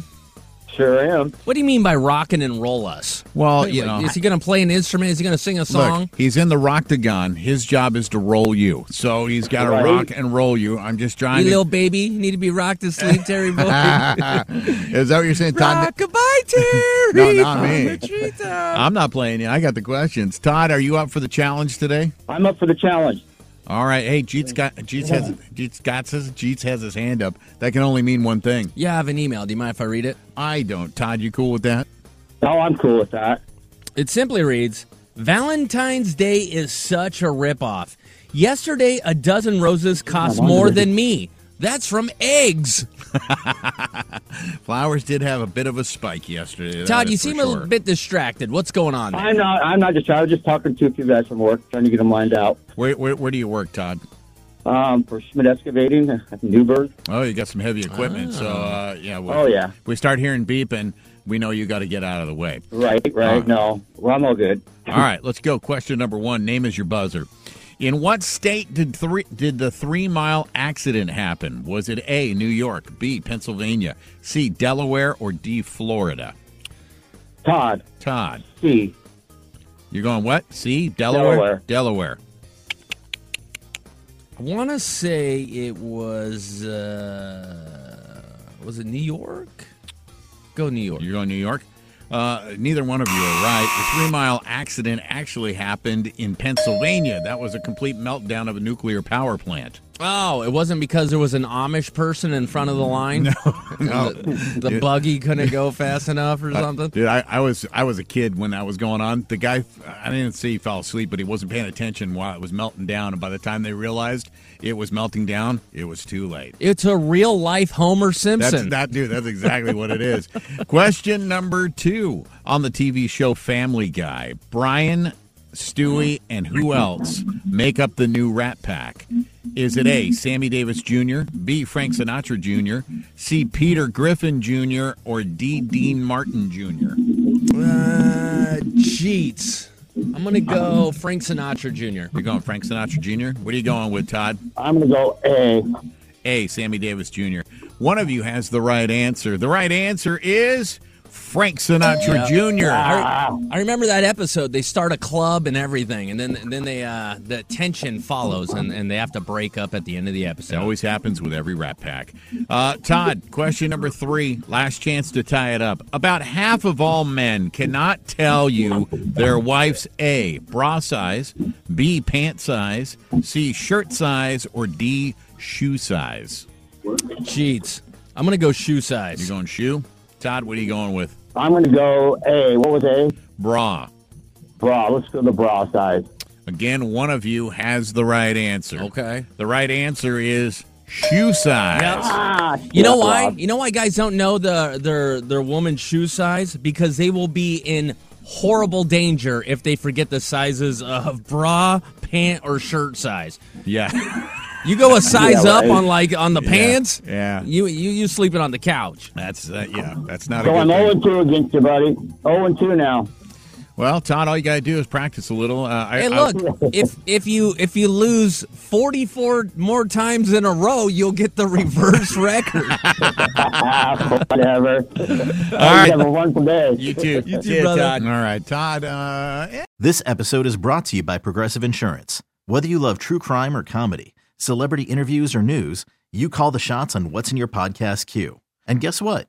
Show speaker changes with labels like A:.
A: Sure am.
B: What do you mean by rockin' and roll us?
C: Well,
B: Wait, wait, is he going to play an instrument? Is he going to sing a song?
C: look, he's in the Roctagon. His job is to roll you, so he's got to
A: Right.
C: rock and roll you. I'm just trying
B: You
C: to.
B: little baby, you need to be rocked to sleep, Terry boy.
C: is that what you're saying, Todd?
B: Rockabye, Terry.
C: No, not me.
B: Conchita.
C: I'm not playing you. I got the questions. Todd, are you up for the challenge today?
A: I'm up for the challenge.
C: All right. Hey, Jeets got Jeets has Jeets got his Jeets has his hand up. That can only mean one thing.
B: Yeah, I have an email. Do you mind if I read it?
C: I don't. Todd, you cool with that?
A: Oh, I'm cool with that.
B: It simply reads Valentine's Day is such a ripoff. Yesterday, a dozen roses cost more than me. That's from eggs.
C: Flowers did have a bit of a spike yesterday. that
B: Todd,
C: is
B: you
C: for
B: seem a
C: sure.
B: little bit distracted. What's going on? There?
A: I'm not. I'm not just. I was just talking to a few guys from work, trying to get them lined out
C: Where, where, where do you work, Todd?
A: um, for Schmidt Excavating at Newburgh.
C: Oh, you got some heavy equipment. So, uh, yeah. We,
A: Oh, yeah.
C: We start hearing beeping. We know you got to get out of the way.
A: Right, right.
C: Ah.
A: No, well, I'm all good.
C: All right, let's go. Question number one. Name is your buzzer. In what state did three did the three mile accident happen? Was it A. New York, B. Pennsylvania, C. Delaware, or D. Florida?
A: Todd
C: Todd,
A: C.
C: you're going what? C. Delaware.
A: Delaware.
C: Delaware.
B: I want to say it was uh, was it New York? Go New York.
C: You're going New York. Uh, neither one of you are right. The three mile accident actually happened in Pennsylvania. That was a complete meltdown of a nuclear power plant.
B: Oh, it wasn't because there was an Amish person in front of the line. No,
C: no.
B: the, the buggy couldn't go fast enough or something.
C: Dude, I, I was I was a kid when that was going on. The guy, I didn't see he fell asleep, but he wasn't paying attention while it was melting down. And by the time they realized it was melting down, it was too late.
B: It's a real life Homer
C: That's
B: Simpson.
C: that dude. That's exactly what it is. Question number two on the TV show Family Guy: Brian, Stewie, and who else make up the new Rat Pack? Is it A. Sammy Davis Jr., B. Frank Sinatra Jr., C. Peter Griffin Jr., or D. Dean Martin Jr.?
B: uh, cheats. I'm gonna go Frank Sinatra Jr.
C: You're going Frank Sinatra Jr. What are you going with, Todd?
A: I'm gonna go A.
C: A. Sammy Davis Jr. One of you has the right answer. The right answer is Frank Sinatra Jr.
B: I, I remember that episode. They start a club and everything, and then and then they uh, the tension follows, and, and they have to break up at the end of the
C: It
B: episode. Oh,
C: always happens with every Rat Pack. Uh, Todd, question number three. Last chance to tie it up. About half of all men cannot tell you their wife's A. Bra size, B. Pant size, C. Shirt size, or D. Shoe size.
B: Cheats. I'm gonna go shoe size.
C: You going shoe? Todd, what are you going with?
A: I'm going to go A. What was A?
C: Bra.
A: Bra. Let's go the bra size.
C: Again, one of you has the right answer.
B: Okay.
C: The right answer is shoe size.
A: Ah,
B: You know
A: shit,
B: why?
A: Rob.
B: You know why guys don't know the their their woman's shoe size because they will be in horrible danger if they forget the sizes of bra, pant, or shirt size.
C: Yeah.
B: You go a size
A: Yeah,
B: up
A: right.
B: on like on the pants.
C: yeah.
B: You you you sleeping on the couch.
C: That's uh, yeah. That's not
A: So
C: a
A: I'm
C: good thing.
A: 0 and 2 against you, buddy. 0 and 2 now.
C: Well, Todd, all you gotta do is practice a little. Uh, I,
B: Hey,
C: I-
B: look! if if you if you lose forty four more times in a row, you'll get the reverse record.
A: Ah, whatever. All
C: right.
A: Have a wonderful day.
C: you too. you
B: too, brother.
C: Todd. All right, Todd. Uh, eh,
D: This episode is brought to you by Progressive Insurance. Whether you love true crime or comedy, celebrity interviews or news, you call the shots on what's in your podcast queue. And guess what?